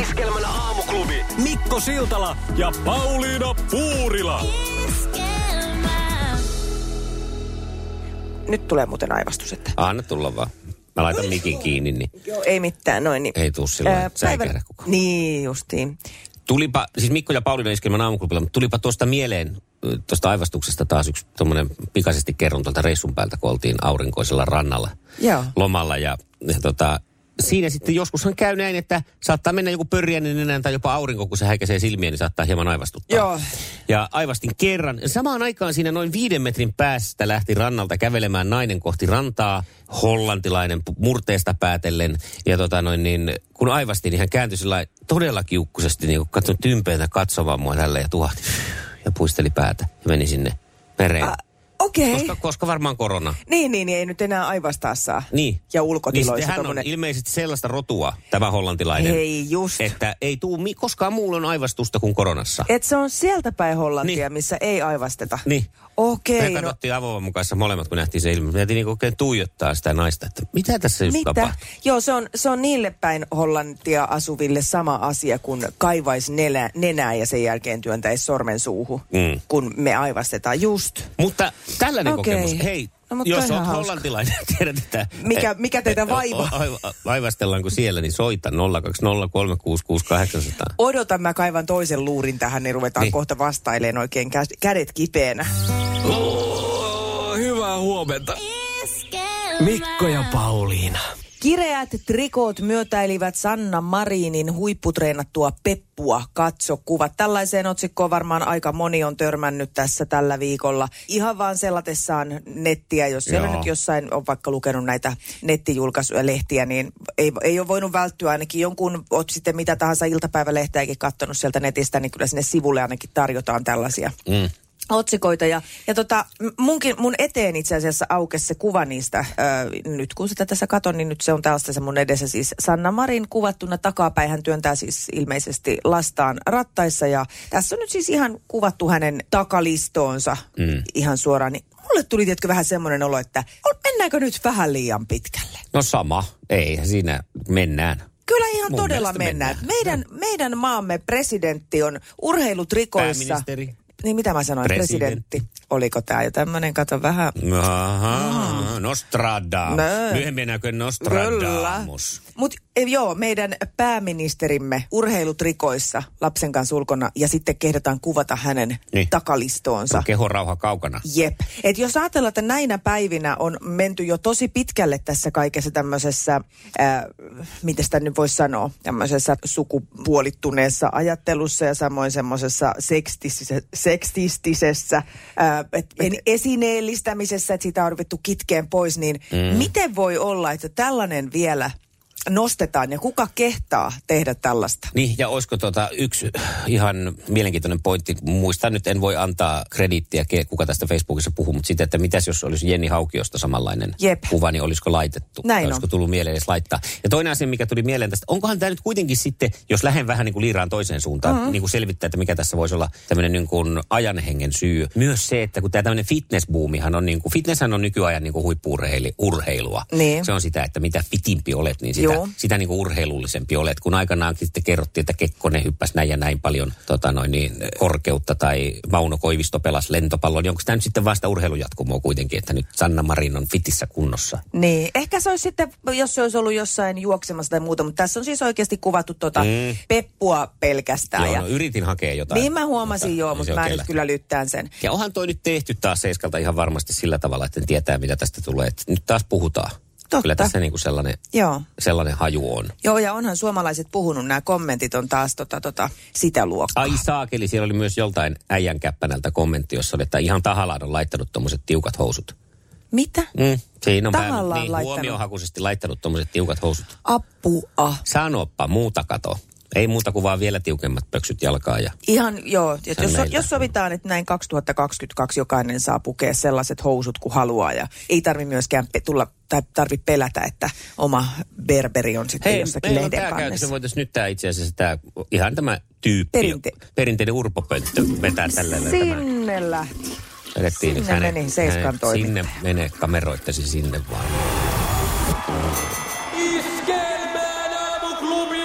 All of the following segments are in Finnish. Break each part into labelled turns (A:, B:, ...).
A: Iskelmän aamuklubi.
B: Mikko Siltala ja Pauliina Puurila.
C: Nyt tulee muuten aivastus, että
D: Anna tulla vaan. Mä laitan mikin kiinni, niin
C: joo, ei mitään noin. Niin,
D: ei tuu silloin. Ää,
C: päivän-
D: päivän... kukaan.
C: Niin justiin.
D: Tulipa, siis Mikko ja Pauliina iskelmän aamuklubilla, mutta tulipa tuosta mieleen, ö, tuosta aivastuksesta taas yksi tuommoinen pikaisesti kerron tuolta reissun päältä, kun oltiin aurinkoisella rannalla
C: Joo.
D: lomalla. Ja, ja tota, siinä sitten joskushan käy näin, että saattaa mennä joku pörjäinen nenään tai jopa aurinko, kun se häikäisee silmiä, niin saattaa hieman aivastuttaa.
C: Joo.
D: Ja aivastin kerran. Samaan aikaan siinä noin viiden metrin päästä lähti rannalta kävelemään nainen kohti rantaa, hollantilainen pu- murteesta päätellen. Ja tota noin, niin, kun aivastin, niin hän kääntyi sillä lailla todella kiukkuisesti, niin kun katsoi tympeintä katsomaan mua tälle ja tuohti ja puisteli päätä ja meni sinne mereen.
C: Ah, Okei.
D: Koska, koska varmaan korona.
C: Niin, niin, niin, ei nyt enää aivastaa saa.
D: Niin.
C: Ja
D: niin
C: ulkotiloissa
D: sitten hän
C: tommonen-
D: on ilmeisesti sellaista rotua, tämä hollantilainen.
C: Hei, just. Et...
D: Että ei tuu mi- koskaan muulla on aivastusta kuin koronassa.
C: Et se on sieltä päin Hollantia,
D: Niin.
C: missä ei aivasteta.
D: Niin.
C: Okei,
D: Me
C: no
D: katsottiin avovan mukaisessa molemmat, kun nähtiin se ilme. Me jätiin niinku oikein tuijottaa sitä naista, että mitä tässä just
C: mitä?
D: tapahtuu.
C: Joo, se on, se on niille päin Hollantia asuville sama asia, kun kaivais nelä, nenää ja sen jälkeen työntäisi sormen suuhun,
D: Mm.
C: kun me aivastetaan just.
D: Mutta tällainen
C: Okei.
D: kokemus. Hei,
C: No, mutta
D: jos
C: toi ihan
D: olet
C: hauska.
D: hollantilainen, tiedät, että...
C: Mikä-
D: et-
C: mikä teitä
D: et-
C: vaivaa?
D: a- a- Vaivastellaanko siellä, niin soita 020366800.
C: Odotan, mä kaivan toisen luurin tähän, niin ruvetaan niin.
D: Niin.
C: kohta vastaileen oikein kä- kädet kipeänä.
B: Hyvää huomenta. Mikko ja Pauliina.
C: Kireät trikoot myötäilivät Sanna Marinin huipputreenattua peppua katsokuvat. Tällaiseen otsikkoon varmaan aika moni on törmännyt tässä tällä viikolla. Ihan vaan selatessaan nettiä, jos siellä
D: Joo.
C: nyt jossain on vaikka lukenut näitä nettijulkaisuja lehtiä, niin ei, ei ole voinut välttyä ainakin jonkun, oot sitten mitä tahansa iltapäivälehteäkin katsonut sieltä netistä, niin kyllä sinne sivulle ainakin tarjotaan tällaisia
D: Mm.
C: otsikoita. Ja, ja tota, m- munkin, mun eteen itse asiassa aukesi se kuva niistä. Öö, nyt kun sitä tässä katon, niin nyt se on taas tässä mun edessä. Siis Sanna Marin kuvattuna takapäin. Hän työntää siis ilmeisesti lastaan rattaissa. Ja tässä on nyt siis ihan kuvattu hänen takalistoonsa mm. ihan suoraan. Niin mulle tuli tietkö vähän semmoinen olo, että on- mennäänkö nyt vähän liian pitkälle?
D: No sama. Ei, siinä mennään.
C: Kyllä ihan
D: Mun
C: todella
D: mielestä
C: mennään.
D: mennään.
C: Meidän, meidän maamme presidentti on urheilutrikoissa.
D: Pääministeri.
C: Niin mitä mä sanoin? Presidentti.
D: Presidentti.
C: presidentti. Oliko tämä jo tämmöinen, kato vähän.
D: Aha, Nostradamus.
C: Nö.
D: Myöhemmin näkö Nostradamus.
C: Mutta eh, joo, meidän pääministerimme urheilutrikoissa lapsen kanssa ulkona ja sitten kehdataan kuvata hänen niin.
D: Niin.
C: takalistoonsa.
D: Keho rauha kaukana.
C: Jep. Et jos ajatellaan, että näinä päivinä on menty jo tosi pitkälle tässä kaikessa tämmöisessä, ää, miten sitä nyt voisi sanoa, tämmöisessä sukupuolittuneessa ajattelussa ja samoin semmoisessa sekstistisessä, sekstistisessä ää, et, et, esineellistämisessä, että sitä on ruvettu kitkeen pois, niin mm. miten voi olla, että tällainen vielä nostetaan ja kuka kehtaa tehdä tällaista?
D: Niin, ja olisiko tota yksi ihan mielenkiintoinen pointti, muistan nyt, en voi antaa krediittiä, ke- kuka tästä Facebookissa puhuu, mutta sitä, että mitäs jos olisi Jenni Haukiosta samanlainen
C: Jep.
D: kuva, niin olisiko laitettu?
C: Näin
D: Tai
C: on.
D: olisiko tullut mieleen edes laittaa? Ja toinen asia, mikä tuli mieleen tästä, onkohan tämä nyt kuitenkin sitten, jos lähden vähän niin kuin liiraan toiseen suuntaan, mm-hmm. niin kuin selvittää, että mikä tässä voisi olla tämmöinen niin kuin ajanhengen syy. Myös se, että kun tämä tämmöinen fitnessbuumihan on niin kuin, fitnesshän on nykyajan niin kuin huippuurheilua.
C: Niin.
D: Se on sitä, että mitä fitimpi olet, niin sitä,
C: Joo.
D: sitä niin kuin urheilullisempi olet, kun aikanaan sitten kerrottiin, että Kekkonen hyppäsi näin ja näin paljon tota noin, niin, korkeutta tai Mauno Koivisto pelasi lentopallon. Niin Onko tämä nyt sitten vasta urheilujatkumoa kuitenkin, että nyt Sanna Marin on fitissä kunnossa?
C: Niin, ehkä se olisi sitten, jos se olisi ollut jossain juoksemassa tai muuta, mutta tässä on siis oikeasti kuvattu tuota mm. peppua pelkästään.
D: Niin. joo,
C: ja
D: no, yritin hakea jotain.
C: niin mä huomasin joo,
D: ei se
C: mutta mä
D: oikein
C: nyt
D: lähtenyt.
C: kyllä lyttään sen.
D: Ja onhan toi nyt tehty taas Seiskalta ihan varmasti sillä tavalla, että tietää mitä tästä tulee. Et nyt taas puhutaan.
C: Totta.
D: Kyllä tässä niin kuin sellainen,
C: Joo.
D: sellainen haju on.
C: Joo, ja onhan suomalaiset puhunut, nämä kommentit on taas tota, tota, sitä luokkaa.
D: Ai saakeli, siellä oli myös joltain äijän käppänältä kommentti, jossa oli, että ihan tahallaan on laittanut tuommoiset tiukat housut.
C: Mitä?
D: Mm, siinä on
C: Tahallaan
D: päälle. niin,
C: laittanut.
D: huomiohakuisesti laittanut tuommoiset tiukat housut.
C: Apua.
D: Sanoppa muuta kato. Ei muuta kuin vaan vielä tiukemmat pöksyt jalkaa ja
C: Ihan joo,
D: Se
C: että
D: on
C: jos,
D: meiltä.
C: jos sovitaan, että näin 2022 jokainen saa pukea sellaiset housut kuin haluaa ja ei tarvi myöskään pe- tulla tai tarvi pelätä, että oma berberi on sitten jossakin
D: meillä on
C: lehden
D: tää käytössä.
C: kannessa.
D: Voitaisiin nyt tämä itse asiassa tää, ihan tämä tyyppi,
C: Perinte-
D: joka- perinteinen urpopönttö vetää tällä tavalla.
C: Sinne lähti.
D: Vedettiin nyt
C: sinne
D: hänen-
C: meni Seiskan
D: hänen-
C: toimittaja.
D: Sinne mene kameroittasi sinne vaan.
E: Iskelmään aamuklubi!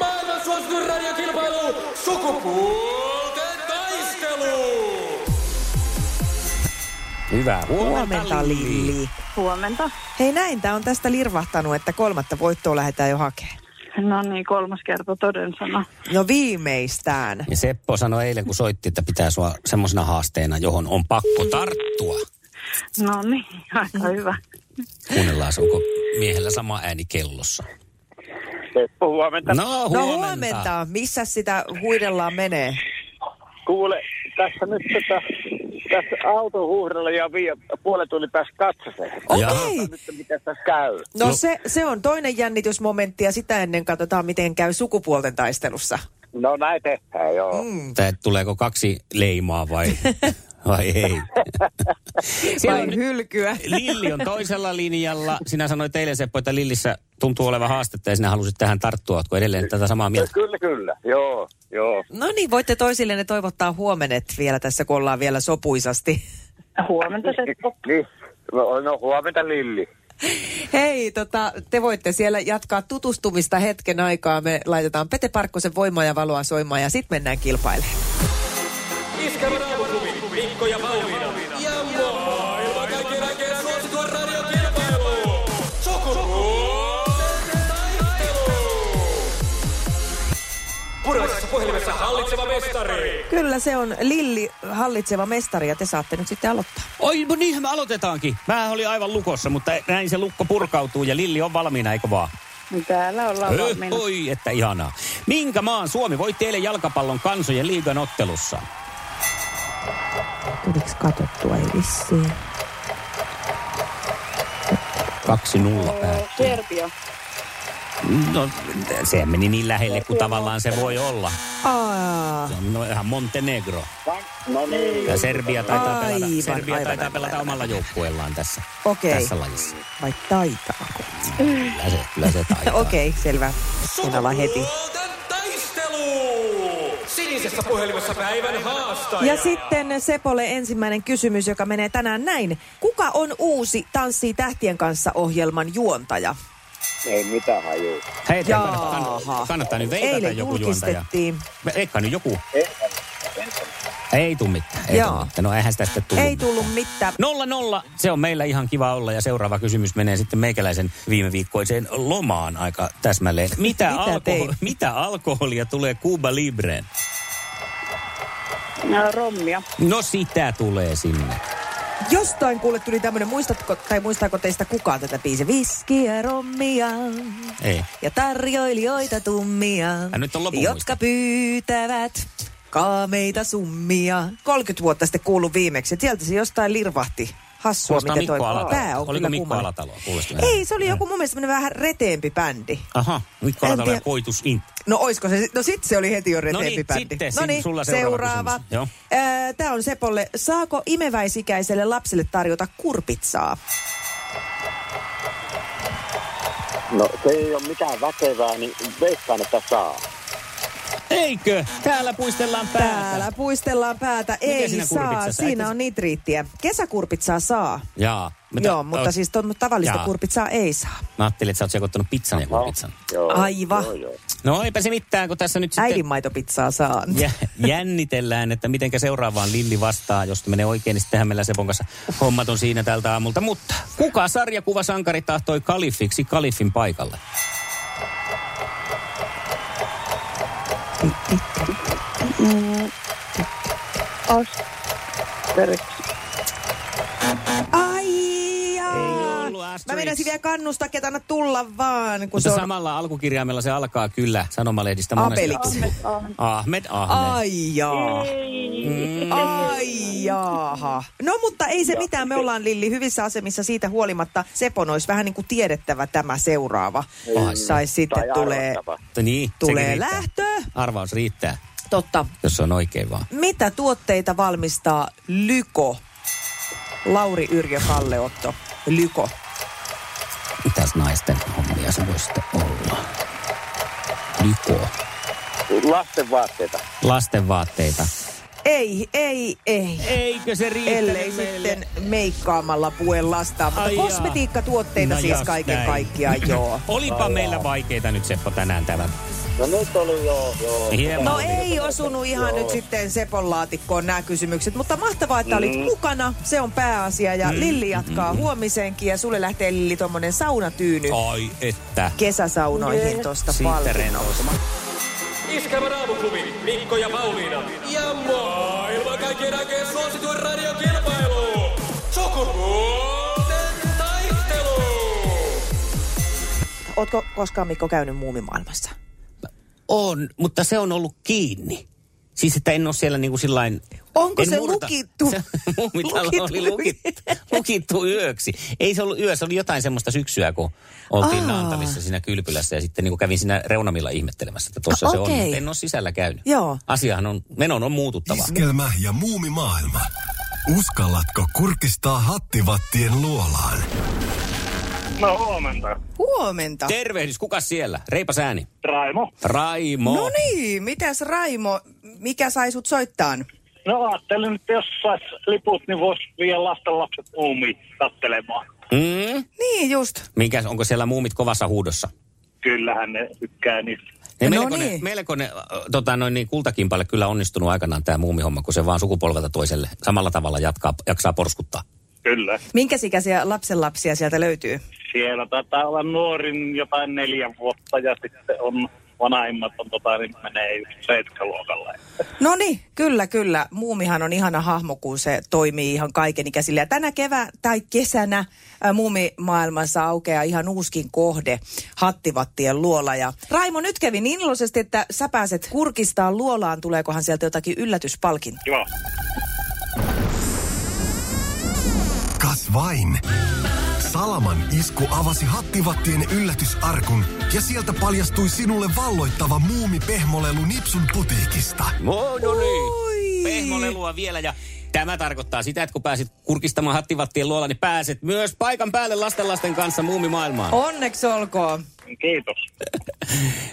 E: Maailman suosituin Suomen radiokilpailu sukupuolten taistelu!
F: Hyvää
C: Huomenta, Lilli.
G: Huomenta.
C: Hei näin, tämä on tästä lirvahtanut, että kolmatta voittoa lähdetään jo hakemaan.
G: No niin, kolmas kerta toden sana.
C: No viimeistään.
D: Ja Niin Seppo sanoi eilen, kun soitti, että pitää sua semmoisena haasteena, johon on pakko tarttua.
G: No niin, aika hyvä.
D: Kuunnellaan, onko miehellä sama ääni kellossa.
H: Seppo, huomenta.
D: No huomenta.
C: No huomenta. Missä sitä huidellaan menee?
H: Kuule, tässä nyt tota, tässä autohuhdella ja viia, puolen tunnin päästä katsaseen.
C: Okei.
H: Nyt mitä tässä käy.
C: No, se, se on toinen jännitysmomentti ja sitä ennen katsotaan, miten käy sukupuolten taistelussa.
H: No näin tehdään, joo. Mm.
D: Tää, että tuleeko kaksi leimaa vai, vai ei. Siellä
C: Vai
D: on,
C: hylkyä.
D: Lilli on toisella linjalla. Sinä sanoit eilen Seppo, että Lillissä tuntuu olevan haastetta ja sinä halusit tähän tarttua. Oletko edelleen tätä samaa mieltä?
H: Kyllä, kyllä. Joo, joo.
C: No niin, voitte toisillenne toivottaa huomenet vielä tässä, kun ollaan vielä sopuisasti.
G: Huomenta Seppo.
H: Niin. No, no huomenta Lilli.
C: Hei, tota, te voitte siellä jatkaa tutustumista hetken aikaa. Me laitetaan Pete Parkkosen voimaa ja valoa soimaan ja sitten mennään kilpailemaan.
E: Iskävä raamuklubi, Mikko ja Pauliina. Ja maailman kaikkien aikeen suosituen radiokilpailu. Sukupuolten taistelu! Puraisessa puhelimessa hallitseva mestari.
C: Kyllä se on Lilli, hallitseva mestari, ja te saatte nyt sitten aloittaa.
D: Oi, no niinhän me aloitetaankin. Mä oli aivan lukossa, mutta näin se lukko purkautuu ja Lilli on valmiina, eikö vaan?
G: Täällä ollaan
D: Öh,
G: valmiina.
D: Oi, että ihanaa. Minkä maan Suomi voi teille jalkapallon kansojen liigan ottelussa?
C: Tuliko katsottua ei vissiin?
D: 2-0 päättyy.
G: Serbia.
D: No, se meni niin lähelle kuin tavallaan se voi olla.
C: Aa,
D: No ihan Montenegro.
H: No niin.
D: Ja Serbia taitaa pelata,
C: Aivan,
D: Serbia
C: aivan,
D: taitaa
C: aivan,
D: pelata omalla joukkueellaan tässä,
C: Okei.
D: tässä lajissa.
C: vai taitaako?
D: Kyllä se, kyllä se taitaa.
C: Okei, okay, selvä. Kuunnellaan heti.
E: Sukupuolten taistelu! Sinisessä puhelimessa päivän haastaja.
C: Ja sitten Sepolle ensimmäinen kysymys, joka menee tänään näin. Kuka on uusi Tanssii tähtien kanssa ohjelman juontaja?
H: Ei mitään hajuu.
D: Hei, että
C: Jaaha.
D: kannattaa, kannattaa nyt veikata
C: Eilen
D: joku juontaja.
C: julkistettiin.
D: Me- Veikkaa nyt joku. Ei tuu mitään. Ei
C: Joo.
D: tuu mitään. No eihän sitä sitten tullut
C: Ei tullut mitään.
D: Nolla nolla, se on meillä ihan kiva olla ja seuraava kysymys menee sitten meikäläisen viime viikkoiseen lomaan aika täsmälleen. Mitä,
C: Mitä
D: alkoho-
C: teit?
D: mitä alkoholia tulee Cuba Libreen?
G: No, rommia.
D: No sitä tulee sinne.
C: Jostain kuule tuli tämmönen, muistatko, tai muistaako teistä kukaan tätä biisiä? Viskiä, rommia
D: Ei.
C: ja tarjoilijoita tummia,
D: Ja nyt on lopun
C: jotka
D: muista.
C: pyytävät kaameita summia. 30 vuotta sitten kuulu viimeksi, ja sieltä se jostain lirvahti. Hassua,
D: Kuulostaa
C: miten
D: Mikko
C: toi pää
D: Alatalo.
C: on
D: Oliko
C: kyllä
D: Mikko
C: kummallinen.
D: Alatalo? Kuulosti vähän.
C: Ei, se oli joku mun mielestä semmonen vähän reteempi bändi.
D: Aha, Mikko
C: En
D: Alatalo ja
C: tiedä.
D: Koitus Int.
C: No oisko se? No sit se oli heti jo
D: No niin,
C: reteempi bändi.
D: sitten
C: no
D: sin-
C: niin,
D: sulla seuraava
C: seuraava.
D: kysymys. Joo.
C: Tämä on Sepolle. Saako imeväisikäiselle lapselle tarjota kurpitsaa?
H: No se ei ole mitään väkevää, niin veikkaan, että saa.
D: Eikö? Täällä puistellaan päätä.
C: Täällä puistellaan päätä.
D: Mikä
C: Ei
D: siinä
C: saa.
D: kurpitsassa?
C: Siinä
D: Eikö-
C: on nitriittiä. Kesäkurpitsaa saa.
D: Jaa. Mitä-
C: Mitä? Joo, mutta
D: Ö,
C: siis to, tavallista
D: Jaa.
C: kurpitsaa ei saa.
D: Mä ajattelin, että sä oot sekoittanut pizzan
H: No.
D: ja kurpitsan.
H: Joo.
C: Aiva.
H: Joo, joo.
D: No eipä se mitään, kun tässä nyt sitten...
C: Äidinmaitopitsaa saa.
D: jä, jännitellään, että mitenkä seuraavaan Lilli vastaa. Jos menee oikein, niin sittenhän meillä Sepon kanssa hommat on siinä tältä aamulta. Mutta kuka sarjakuvasankari tahtoi kalifiksi kalifin paikalle?
G: Terve.
C: Ai jaa.
D: ollut
C: Mä
D: Asterix.
C: menisin vielä kannustaa, ketä anna tulla vaan, kun
D: Mutta
C: se on...
D: samalla alkukirjaimella se alkaa kyllä sanomalehdistä monesti.
C: Apelit.
D: tuttu. Ahmed, Ahmed.
C: Ai jaa. Mm. Ai jaaha. No mutta ei se mitään, me ollaan Lilli hyvissä asemissa siitä huolimatta. Sepon olisi vähän niin kuin tiedettävä tämä seuraava. Tai sitten
H: Tai
C: tulee,
H: arvattava.
D: Mutta Niin,
C: tulee
D: sekin riittää.
C: lähtö.
D: Arvaus riittää,
C: Totta.
D: jos se on oikein vaan.
C: Mitä tuotteita valmistaa Lyko? Lauri Yrjö Kalleotto. Lyko.
D: Mitäs naisten hommia se voisi sitten olla? Lyko.
H: Lasten vaatteita.
D: Lasten vaatteita.
C: Ei, ei, ei.
D: Eikö se riitä?
C: Ellei sitten meikkaamalla puen lastaan, mutta
D: Ai jaa.
C: kosmetiikkatuotteita
D: No
C: siis
D: just
C: kaiken
D: näin.
C: kaikkiaan, joo.
D: Olipa meillä vaikeita nyt Seppo tänään tämän
H: No nyt oli joo, joo.
D: Hieman.
C: No ei osunut ihan nyt sitten Sepon laatikkoon nämä kysymykset, mutta mahtavaa, että olit mukana. Se on pääasia ja Lilli jatkaa huomiseenkin ja sulle lähtee Lilli tuommoinen saunatyyny
D: Ai että.
C: kesäsaunoihin tuosta
D: Oh. Siitä
C: paljon.
D: rennosti.
E: Iskävän aamuklubi, Mikko ja Pauliina. Ja maailman kaikkien aikeen suosituen radiokilpailu. Sukupuolten taistelu.
C: Ootko koskaan Mikko käynyt muumimaailmassa?
D: On, mutta se on ollut kiinni. Siis että en ole siellä niin kuin sillain...
C: Onko
D: en
C: se lukittu?
D: Se, muumitalo
C: Lukittu
D: oli lukittu, lukittu yöksi. Ei se ollut yö, se oli jotain semmoista syksyä, kun oltiin
C: Aa.
D: Aa. Naantalissa siinä kylpylässä. Ja sitten niin kuin kävin siinä reunamilla ihmettelemässä, että tuossa
C: Ah,
D: se on.
C: okei.
D: Mutta en ole sisällä käynyt.
C: Joo. Siis
D: Asiahan on, menon on muututtava.
I: Iskelmä ja muumimaailma. Uskallatko kurkistaa hattivattien luolaan?
H: No huomenta.
C: Huomenta.
D: Tervehdys, kuka siellä? Reipas ääni.
H: Raimo.
D: Raimo.
C: No niin, mitäs Raimo, mikä sai sut soittaan?
H: No ajattelin, että jos sais liput, niin vois viedä lasten lapset uumiin kattelemaan.
D: Mm?
C: Niin just.
D: Mikäs, onko siellä muumit kovassa huudossa?
H: Kyllähän ne tykkää niistä.
D: Ja
C: No
D: melkoinen,
C: niin.
D: melkoinen äh, tota, noin niin, kultakimpalle kyllä onnistunut aikanaan tämä muumihomma, kun se vaan sukupolvelta toiselle samalla tavalla jatkaa, jaksaa porskuttaa.
H: Kyllä.
C: Minkä ikäisiä lapsenlapsia sieltä löytyy?
H: Siellä taitaa olla nuorin jotain neljä vuotta ja sitten on vanhaimmat on tota, niin menee just seitkaluokalle.
C: No niin, kyllä, kyllä. Muumihan on ihana hahmo, kun se toimii ihan kaikenikäisille. Ja tänä kevä tai kesänä ä, muumimaailmassa aukeaa ihan uuskin kohde, hattivattien luola. Ja Raimo, nyt kävi niin iloisesti, että sä pääset kurkistaa luolaan, tuleekohan sieltä jotakin yllätyspalkintoa.
H: Joo.
I: Kas vain. Salaman isku avasi hattivattien yllätysarkun ja sieltä paljastui sinulle valloittava muumipehmolelu Nipsun putiikista.
D: No, no
C: Oi.
D: niin. Pehmolelua vielä ja tämä tarkoittaa sitä, että kun pääsit kurkistamaan hattivattien luola, niin pääset myös paikan päälle lastenlasten kanssa muumimaailmaan. Oh.
C: Onneksi olkoon.
H: Kiitos.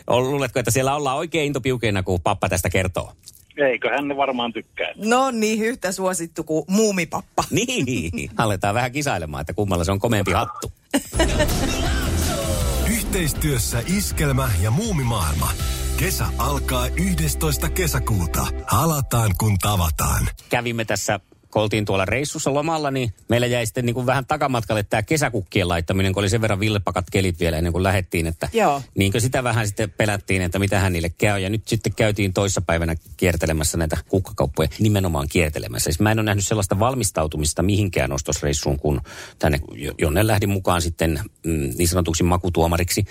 D: Luuletko, että siellä ollaan oikein intopiukeina, kun pappa tästä kertoo?
H: Eiköhän ne varmaan tykkää.
C: No niin, yhtä suosittu kuin muumipappa.
D: Niin, aletaan vähän kisailemaan, että kummalla se on komeampi hattu.
I: Yhteistyössä Iskelmä ja Muumimaailma. Kesä alkaa 11. kesäkuuta. Halataan kun tavataan.
D: kävimme tässä, kun oltiin tuolla reissussa lomalla, niin meillä jäi sitten niin kuin vähän takamatkalle tämä kesäkukkien laittaminen, kun oli sen verran villepakat kelit vielä ennen kuin lähdettiin. Että
C: Joo.
D: Niinkö sitä vähän sitten pelättiin, että mitä niille käy. Ja nyt sitten käytiin toissapäivänä kiertelemässä näitä kukkakauppoja, nimenomaan kiertelemässä. Siis mä en ole nähnyt sellaista valmistautumista mihinkään ostosreissuun, kun tänne, jo- jonne lähdin mukaan sitten mm, niin sanotuksi makutuomariksi.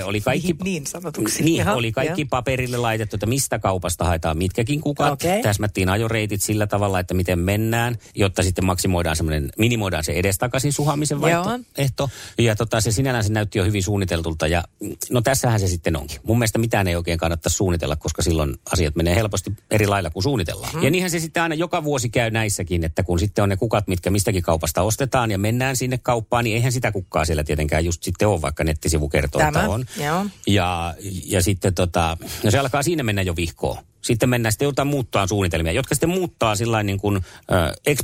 D: Ö, oli kaikki,
C: Niin sanotuksi.
D: Niin,
C: Jaha,
D: oli kaikki
C: joo.
D: paperille laitettu, että mistä kaupasta haetaan mitkäkin kukat.
C: Okei.
D: Okay. Täsmättiin ajoreitit sillä tavalla, että miten mennään, jotta sitten maksimoidaan semmoinen, minimoidaan se edestakaisin suhaamisen
C: Joo.
D: vaihtoehto. Ja tota, se sinällään se näytti jo hyvin suunniteltulta ja mm, no tässähän se sitten onkin. Mun mielestä mitään ei oikein kannattaisi suunnitella, koska silloin asiat menee helposti eri lailla kuin suunnitellaan.
C: Mm.
D: Ja niinhän se sitten aina joka vuosi käy näissäkin, että kun sitten on ne kukat, mitkä mistäkin kaupasta ostetaan ja mennään sinne kauppaan, niin eihän sitä kukkaa siellä tietenkään just sitten ole, vaikka nettisivu kertoo,
C: Tämä,
D: että on.
C: joo.
D: Ja, ja sitten tota, no se alkaa siinä mennä jo vihkoon. Sitten mennään, sitten joudutaan muuttaa suunnitelmia, jotka sitten muuttaa sillä niin kuin, ö,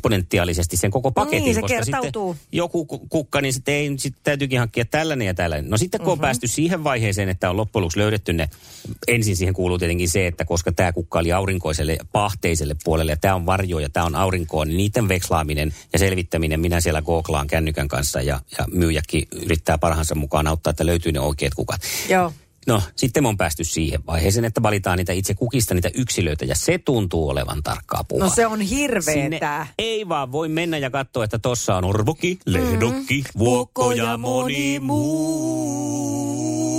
D: eksponentiaalisesti sen koko paketin.
C: Niin, se
D: koska
C: kertautuu.
D: Sitten joku ku- kukka, niin sitten, ei, sitten täytyykin hankkia tällainen ja tällainen. No sitten kun mm-hmm. on päästy siihen vaiheeseen, että on loppujen lopuksi löydetty ne, ensin siihen kuuluu tietenkin se, että koska tämä kukka oli aurinkoiselle ja pahteiselle puolelle ja tämä on varjo ja tämä on aurinkoon, niin niiden vekslaaminen ja selvittäminen, minä siellä googlaan kännykän kanssa ja, ja myyjäkin yrittää parhaansa mukaan auttaa, että löytyy ne oikeat kukat.
C: Joo.
D: No, sitten me on päästy siihen vaiheeseen, että valitaan niitä itse kukista niitä yksilöitä, ja se tuntuu olevan tarkkaa puhua.
C: No se on hirveetä.
D: ei vaan voi mennä ja katsoa, että tossa on orvoki, lehdokki, mm. vuokko ja moni muu.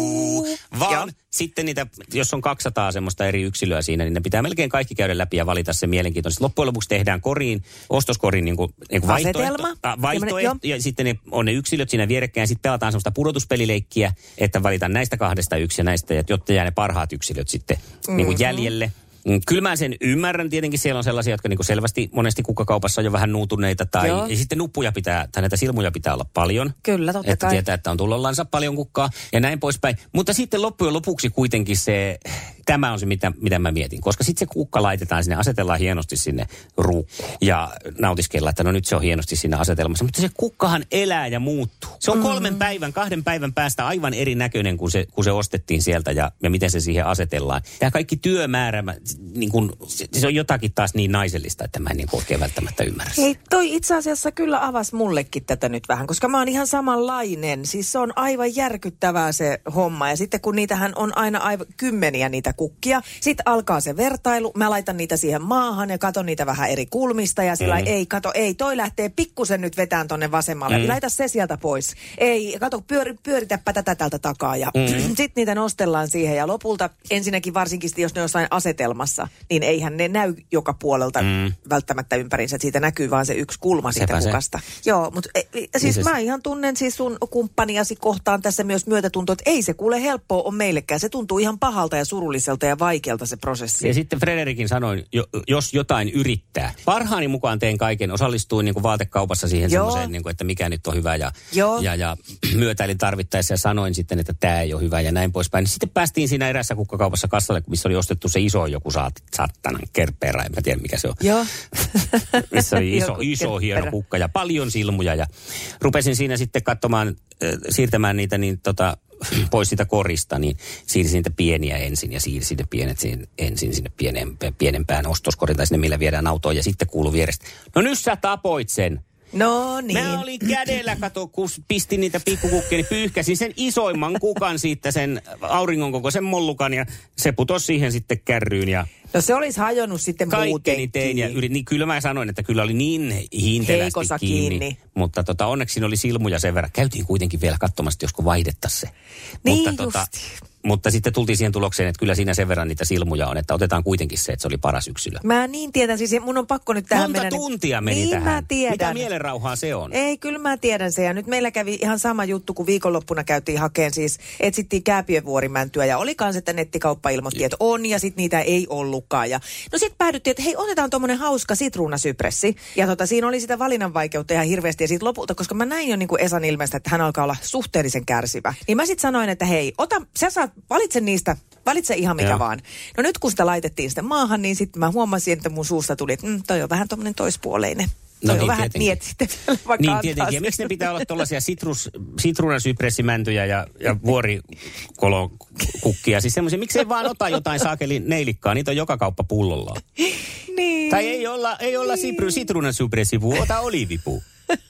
D: Vaan
C: Joo.
D: sitten niitä, jos on 200 semmoista eri yksilöä siinä, niin ne pitää melkein kaikki käydä läpi ja valita se mielenkiintoinen. Sitten Loppujen lopuksi tehdään koriin, ostoskoriin niin kuin, niin kuin vaihtoehto,
C: Asetelma.
D: äh, vaihtoehto,
C: Tämmönen,
D: ja sitten ne, on ne yksilöt siinä vierekkäin. Sitten pelataan semmoista pudotuspelileikkiä, että valitaan näistä kahdesta yksi ja näistä, ja jotta jää ne parhaat yksilöt sitten mm-hmm. niin kuin
C: Mhm.
D: jäljelle. Mm, Kyllä mä sen ymmärrän tietenkin. Siellä on sellaisia, jotka niinku selvästi monesti kukkakaupassa on jo vähän nuutuneita. Tai
C: Joo.
D: ja sitten nuppuja pitää, tai näitä silmuja pitää olla paljon.
C: Kyllä, totta
D: Että
C: kai.
D: tietää, että on tulollansa paljon kukkaa ja näin poispäin. Mutta sitten loppujen lopuksi kuitenkin se Tämä on se, mitä, mitä mä mietin. Koska sitten se kukka laitetaan sinne, asetellaan hienosti sinne ruukkuun ja nautiskellaan, että no nyt se on hienosti siinä asetelmassa. Mutta se kukkahan elää ja muuttuu. Se on kolmen päivän, kahden päivän päästä aivan erinäköinen kuin se, kun se ostettiin sieltä ja, ja miten se siihen asetellaan. Tämä kaikki työmäärä, mä- niin kun, se, se on jotakin taas niin naisellista, että mä en niin kuin oikein välttämättä ymmärrä. sitä.
C: Hei, toi itse asiassa kyllä avasi mullekin tätä nyt vähän, koska mä oon ihan samanlainen. Siis se on aivan järkyttävää se homma. Ja sitten kun niitähän on aina aivan kymmeniä niitä kukkia, sit alkaa se vertailu. Mä laitan niitä siihen maahan ja katon niitä vähän eri kulmista ja sillä mm. ei, kato, ei, toi lähtee pikkusen nyt vetään tonne vasemmalle. Mm. Laita se sieltä pois. Ei, kato, pyöri, pyöritäpä tätä täältä takaa. Ja mm. sit niitä nostellaan siihen ja lopulta ensinnäkin varsinkin sit, jos ne on jossain asetelmassa, niin eihän ne näy joka puolelta mm. välttämättä ympäriinsä. että Siitä näkyy vaan se yksi kulma siitä
D: Sepä se. Niin
C: kukasta. Joo, mutta siis
D: se-
C: mä ihan tunnen siis sun kumppaniasi kohtaan tässä myös myötätuntoa, että ei se kuule helppoa on meillekään. Se tuntuu ihan pahalta ja surulliselta ja vaikealta se prosessi.
D: Ja sitten Frederikin sanoi, jo, jos jotain yrittää. Parhaani mukaan teen kaiken. Osallistuin niin kuin vaatekaupassa siihen
C: Joo.
D: semmoiseen, niin kuin, että mikä nyt on hyvä. Ja,
C: Joo.
D: ja, ja myötäilin tarvittaessa ja sanoin sitten, että tämä ei ole hyvä ja näin poispäin. Sitten päästiin siinä erässä kukkakaupassa kassalle, missä oli ostettu se iso joku saat, saattanan kerperä. En mä tiedä, mikä se on.
C: Joo.
D: Missä oli iso,
C: Joku
D: iso
C: kerperä.
D: hieno kukka ja paljon silmuja. Ja rupesin siinä sitten katsomaan, äh, siirtämään niitä niin tota, pois siitä korista, niin siirsin niitä pieniä ensin ja siirsin ne pienet siihen, ensin sinne pienempään, pienempään ostoskoriin tai sinne, millä viedään autoon. Ja sitten kuuluu vierestä, no nyt sä tapoit sen.
C: No niin.
D: Mä olin kädellä, kato, kun pistin niitä pikkukukkia, niin pyyhkäsin sen isoimman kukan siitä, sen auringon kokoisen mollukan, ja se putosi siihen sitten kärryyn. Ja
C: No se olisi hajonnut sitten
D: kaikkeni
C: muutenkin.
D: tein ja yritin, niin kyllä mä sanoin, että kyllä oli niin hintelästi
C: Heikossa
D: kiinni,
C: kiinni.
D: Mutta tota, onneksi siinä oli silmuja sen verran. Käytiin kuitenkin vielä katsomassa, että josko vaihdettaisiin se.
C: Niin
D: mutta, tota,
C: justi.
D: mutta sitten tultiin siihen tulokseen, että kyllä siinä sen verran niitä silmuja on, että otetaan kuitenkin se, että se oli paras yksilö.
C: Mä niin tiedän, siis mun on pakko nyt tähän
D: Monta
C: mennä. nyt-
D: tuntia meni
C: niin
D: tähän.
C: mä tiedän.
D: Mitä mielenrauhaa se on?
C: Ei, kyllä mä tiedän se. Ja nyt meillä kävi ihan sama juttu, kun viikonloppuna käytiin hakeen. Siis etsittiin kääpiövuorimäntyä ja oli kans, että nettikauppa ilmoitti, että on ja sitten niitä ei ollutkaan. Ja no sitten päädyttiin, että hei, otetaan tuommoinen hauska sitruunasypressi. Ja tota, siinä oli sitä valinnanvaikeutta ihan hirveästi. Ja sitten lopulta, koska mä näin jo niin kuin Esan ilmeistä, että hän alkaa olla suhteellisen kärsivä. Niin mä sitten sanoin, että hei, ota, sä saat, valitse niistä, valitse ihan mikä
D: Joo.
C: vaan. No nyt kun sitä laitettiin sitä maahan, niin sitten mä huomasin, että mun suusta tuli, että mm, toi on vähän tuommoinen toispuoleinen.
D: No
C: Toi on
D: niin,
C: vähän,
D: tietenkin.
C: miet sitten vielä, vaikka
D: Niin
C: antaa
D: tietenkin. Ja
C: sen.
D: miksi ne pitää olla tuollaisia sitrus, sitruunasypressimäntyjä ja, ja vuorikolokukkia? Siis semmoisia, miksei vaan ota jotain saakelin neilikkaa, niitä on joka kauppa pullollaan.
C: Niin.
D: Tai ei olla, ei olla sipru, sitruunansypressipuu, ota olivipuu.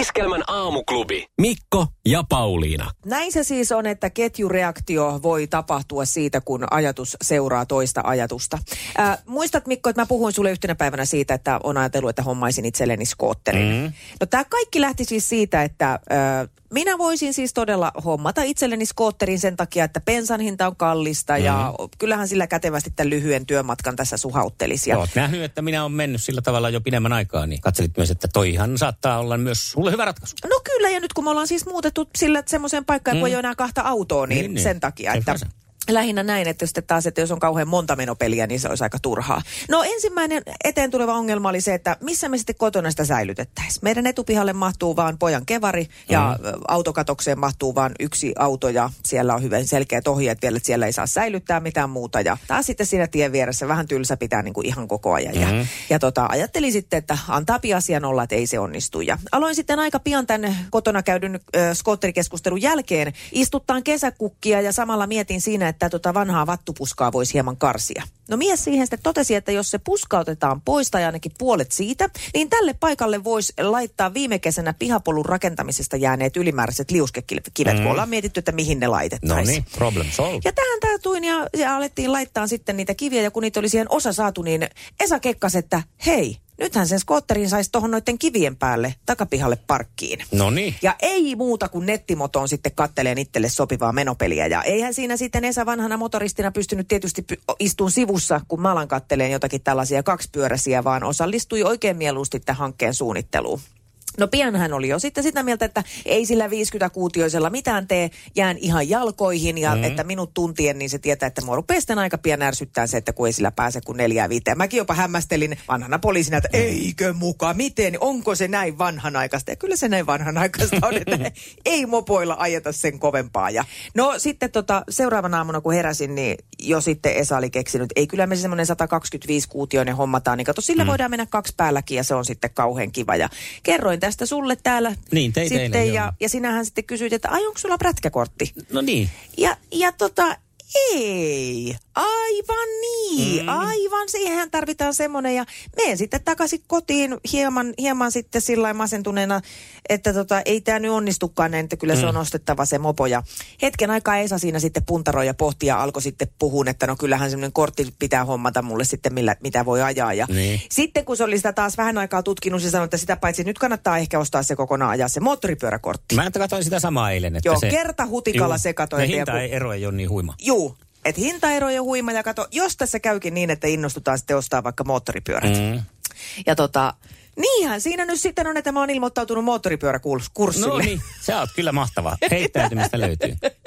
E: Iskelmän aamuklubi.
I: Mikko ja Pauliina.
C: Näin se siis on, että ketjureaktio voi tapahtua siitä, kun ajatus seuraa toista ajatusta. Ää, muistat Mikko, että mä puhuin sulle yhtenä päivänä siitä, että on ajatellut, että hommaisin itselleni skootterin. Mm. No tämä kaikki lähti siis siitä, että ää, minä voisin siis todella hommata itselleni skootterin sen takia, että pensan hinta on kallista mm. ja kyllähän sillä kätevästi tämän lyhyen työmatkan tässä suhauttelisi. Ja
D: Oot nähnyt, että minä olen mennyt sillä tavalla jo pidemmän aikaa, niin katselit myös, että toihan saattaa olla myös sulle hyvä ratkaisu.
C: No kyllä, ja nyt kun me ollaan siis muutettu sillä semmoiseen paikkaan, mm. kun ei ole enää kahta autoa, niin,
D: Niin,
C: niin,
D: niin.
C: sen takia,
D: Se
C: että...
D: pääsee.
C: Lähinnä näin, että sitten taas, että jos on kauhean monta menopeliä, niin se olisi aika turhaa. No ensimmäinen eteen tuleva ongelma oli se, että missä me sitten kotona sitä säilytettäisiin. Meidän etupihalle mahtuu vaan pojan kevari ja mm. autokatokseen mahtuu vaan yksi auto ja siellä on hyvin selkeät ohjeet vielä, että siellä ei saa säilyttää mitään muuta. Ja taas sitten siinä tien vieressä vähän tylsä pitää niin kuin ihan koko ajan. Mm. Ja, ja tota, ajattelin sitten, että antaa asian olla, että ei se onnistu. Ja aloin sitten aika pian tämän kotona käydyn äh, skootterikeskustelun jälkeen istuttaan kesäkukkia ja samalla mietin siinä, että tota vanhaa vattupuskaa voisi hieman karsia. No mies siihen sitten totesi, että jos se puska otetaan pois tai ainakin puolet siitä, niin tälle paikalle voisi laittaa viime kesänä pihapolun rakentamisesta jääneet ylimääräiset liuskekivet, mm. kun ollaan mietitty, että mihin ne
D: No
C: laitettaisiin.
D: niin, problem solved.
C: Ja tähän tartuin ja, ja alettiin laittaa sitten niitä kiviä ja kun niitä oli siihen osa saatu, niin Esa kekkas, että hei, nythän sen skootterin saisi tuohon noiden kivien päälle takapihalle parkkiin.
D: No niin.
C: Ja ei muuta kuin nettimotoon sitten katteleen itselle sopivaa menopeliä. Ja eihän siinä sitten Esa vanhana motoristina pystynyt tietysti py- istuun sivussa, kun mä alan katteleen jotakin tällaisia kaksipyöräisiä, vaan osallistui oikein mieluusti tämän hankkeen suunnitteluun. No pian hän oli jo sitten sitä mieltä, että ei sillä 50-kuutioisella mitään tee, jään ihan jalkoihin ja mm. että minut tuntien, niin se tietää, että mua rupeaa sitten aika pian ärsyttää se, että kun ei sillä pääse kuin neljää viiteen. Mäkin jopa hämmästelin vanhana poliisina, että
D: Niin.
C: eikö muka, miten, onko se näin vanhanaikaista? Ja kyllä se näin vanhanaikaista on, että ei mopoilla ajeta sen kovempaa. Ja no sitten tota, seuraavana aamuna kun heräsin, niin jo sitten Esa oli keksinyt, ei kyllä me semmoinen 125-kuutioinen hommataan, niin kato, sillä mm. voidaan mennä kaksi päälläkin ja se on sitten kauhean kiva. Ja kerroin tästä sulle täällä
D: Niin, tein
C: sitten
D: teille, joo.
C: ja, ja sinähän sitten kysyit, että ai onko sulla prätkäkortti?
D: No niin.
C: Ja, ja tota, ei, aivan niin, mm. aivan siihen tarvitaan semmoinen ja menen sitten takaisin kotiin hieman, hieman sitten sillä lailla masentuneena, että tota, ei tämä nyt onnistukaan näin, että kyllä mm. se on ostettava se mopo ja hetken aikaa Esa siinä sitten puntaroi ja pohti ja alkoi sitten puhun, että no kyllähän semmoinen kortti pitää hommata mulle sitten millä, mitä voi ajaa ja
D: Niin.
C: sitten kun se oli sitä taas vähän aikaa tutkinut, se sanoi, että sitä paitsi nyt kannattaa ehkä ostaa se kokonaan ajaa se moottoripyöräkortti.
D: Mä katsoin sitä samaa eilen. Että
C: Joo,
D: se,
C: kerta hutikalla
D: Juu,
C: se katoi,
D: Ne
C: että
D: hinta
C: joku-
D: ei ero ei ole niin huima.
C: Juu, että hintaero ja huima ja kato, jos tässä käykin niin, että innostutaan sitten ostaa vaikka moottoripyörät. Mm. Ja tota, niinhän siinä nyt sitten on, että mä oon ilmoittautunut moottoripyöräkurssille.
D: No niin, sä oot kyllä mahtava. Heittäytymistä löytyy.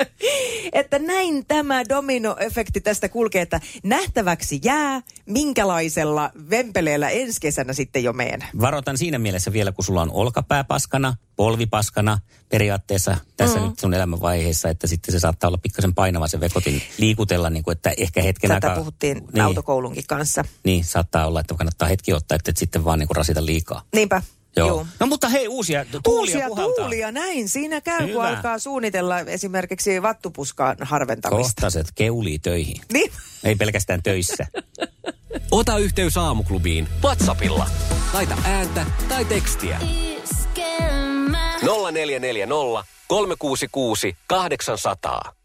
C: että näin tämä dominoefekti tästä kulkee, että nähtäväksi jää, minkälaisella vempeleellä ensi kesänä sitten jo meen.
D: Varoitan siinä mielessä vielä, kun sulla on olkapää paskana, polvi paskana periaatteessa tässä mm. nyt sun elämänvaiheessa, että sitten se saattaa olla pikkasen painava se vekotin liikutella, niin kuin, että ehkä hetken
C: Tätä
D: aikaa...
C: puhuttiin niin.
D: niin,
C: autokoulunkin kanssa.
D: Niin, saattaa olla, että kannattaa hetki ottaa, että et sitten vaan niin kuin rasita liikaa.
C: Niinpä,
D: Joo.
C: juu.
D: No mutta hei, uusia tuulia
C: Uusia
D: puhaltaa.
C: tuulia, näin siinä käy, kun
D: Hyvä.
C: alkaa suunnitella esimerkiksi vattupuskaan harventamista.
D: Kohtaset keulii töihin.
C: Niin.
D: Ei pelkästään töissä.
I: Ota yhteys aamuklubiin WhatsAppilla. Laita ääntä tai tekstiä.
J: Iskelmä.
I: 0440 366 800.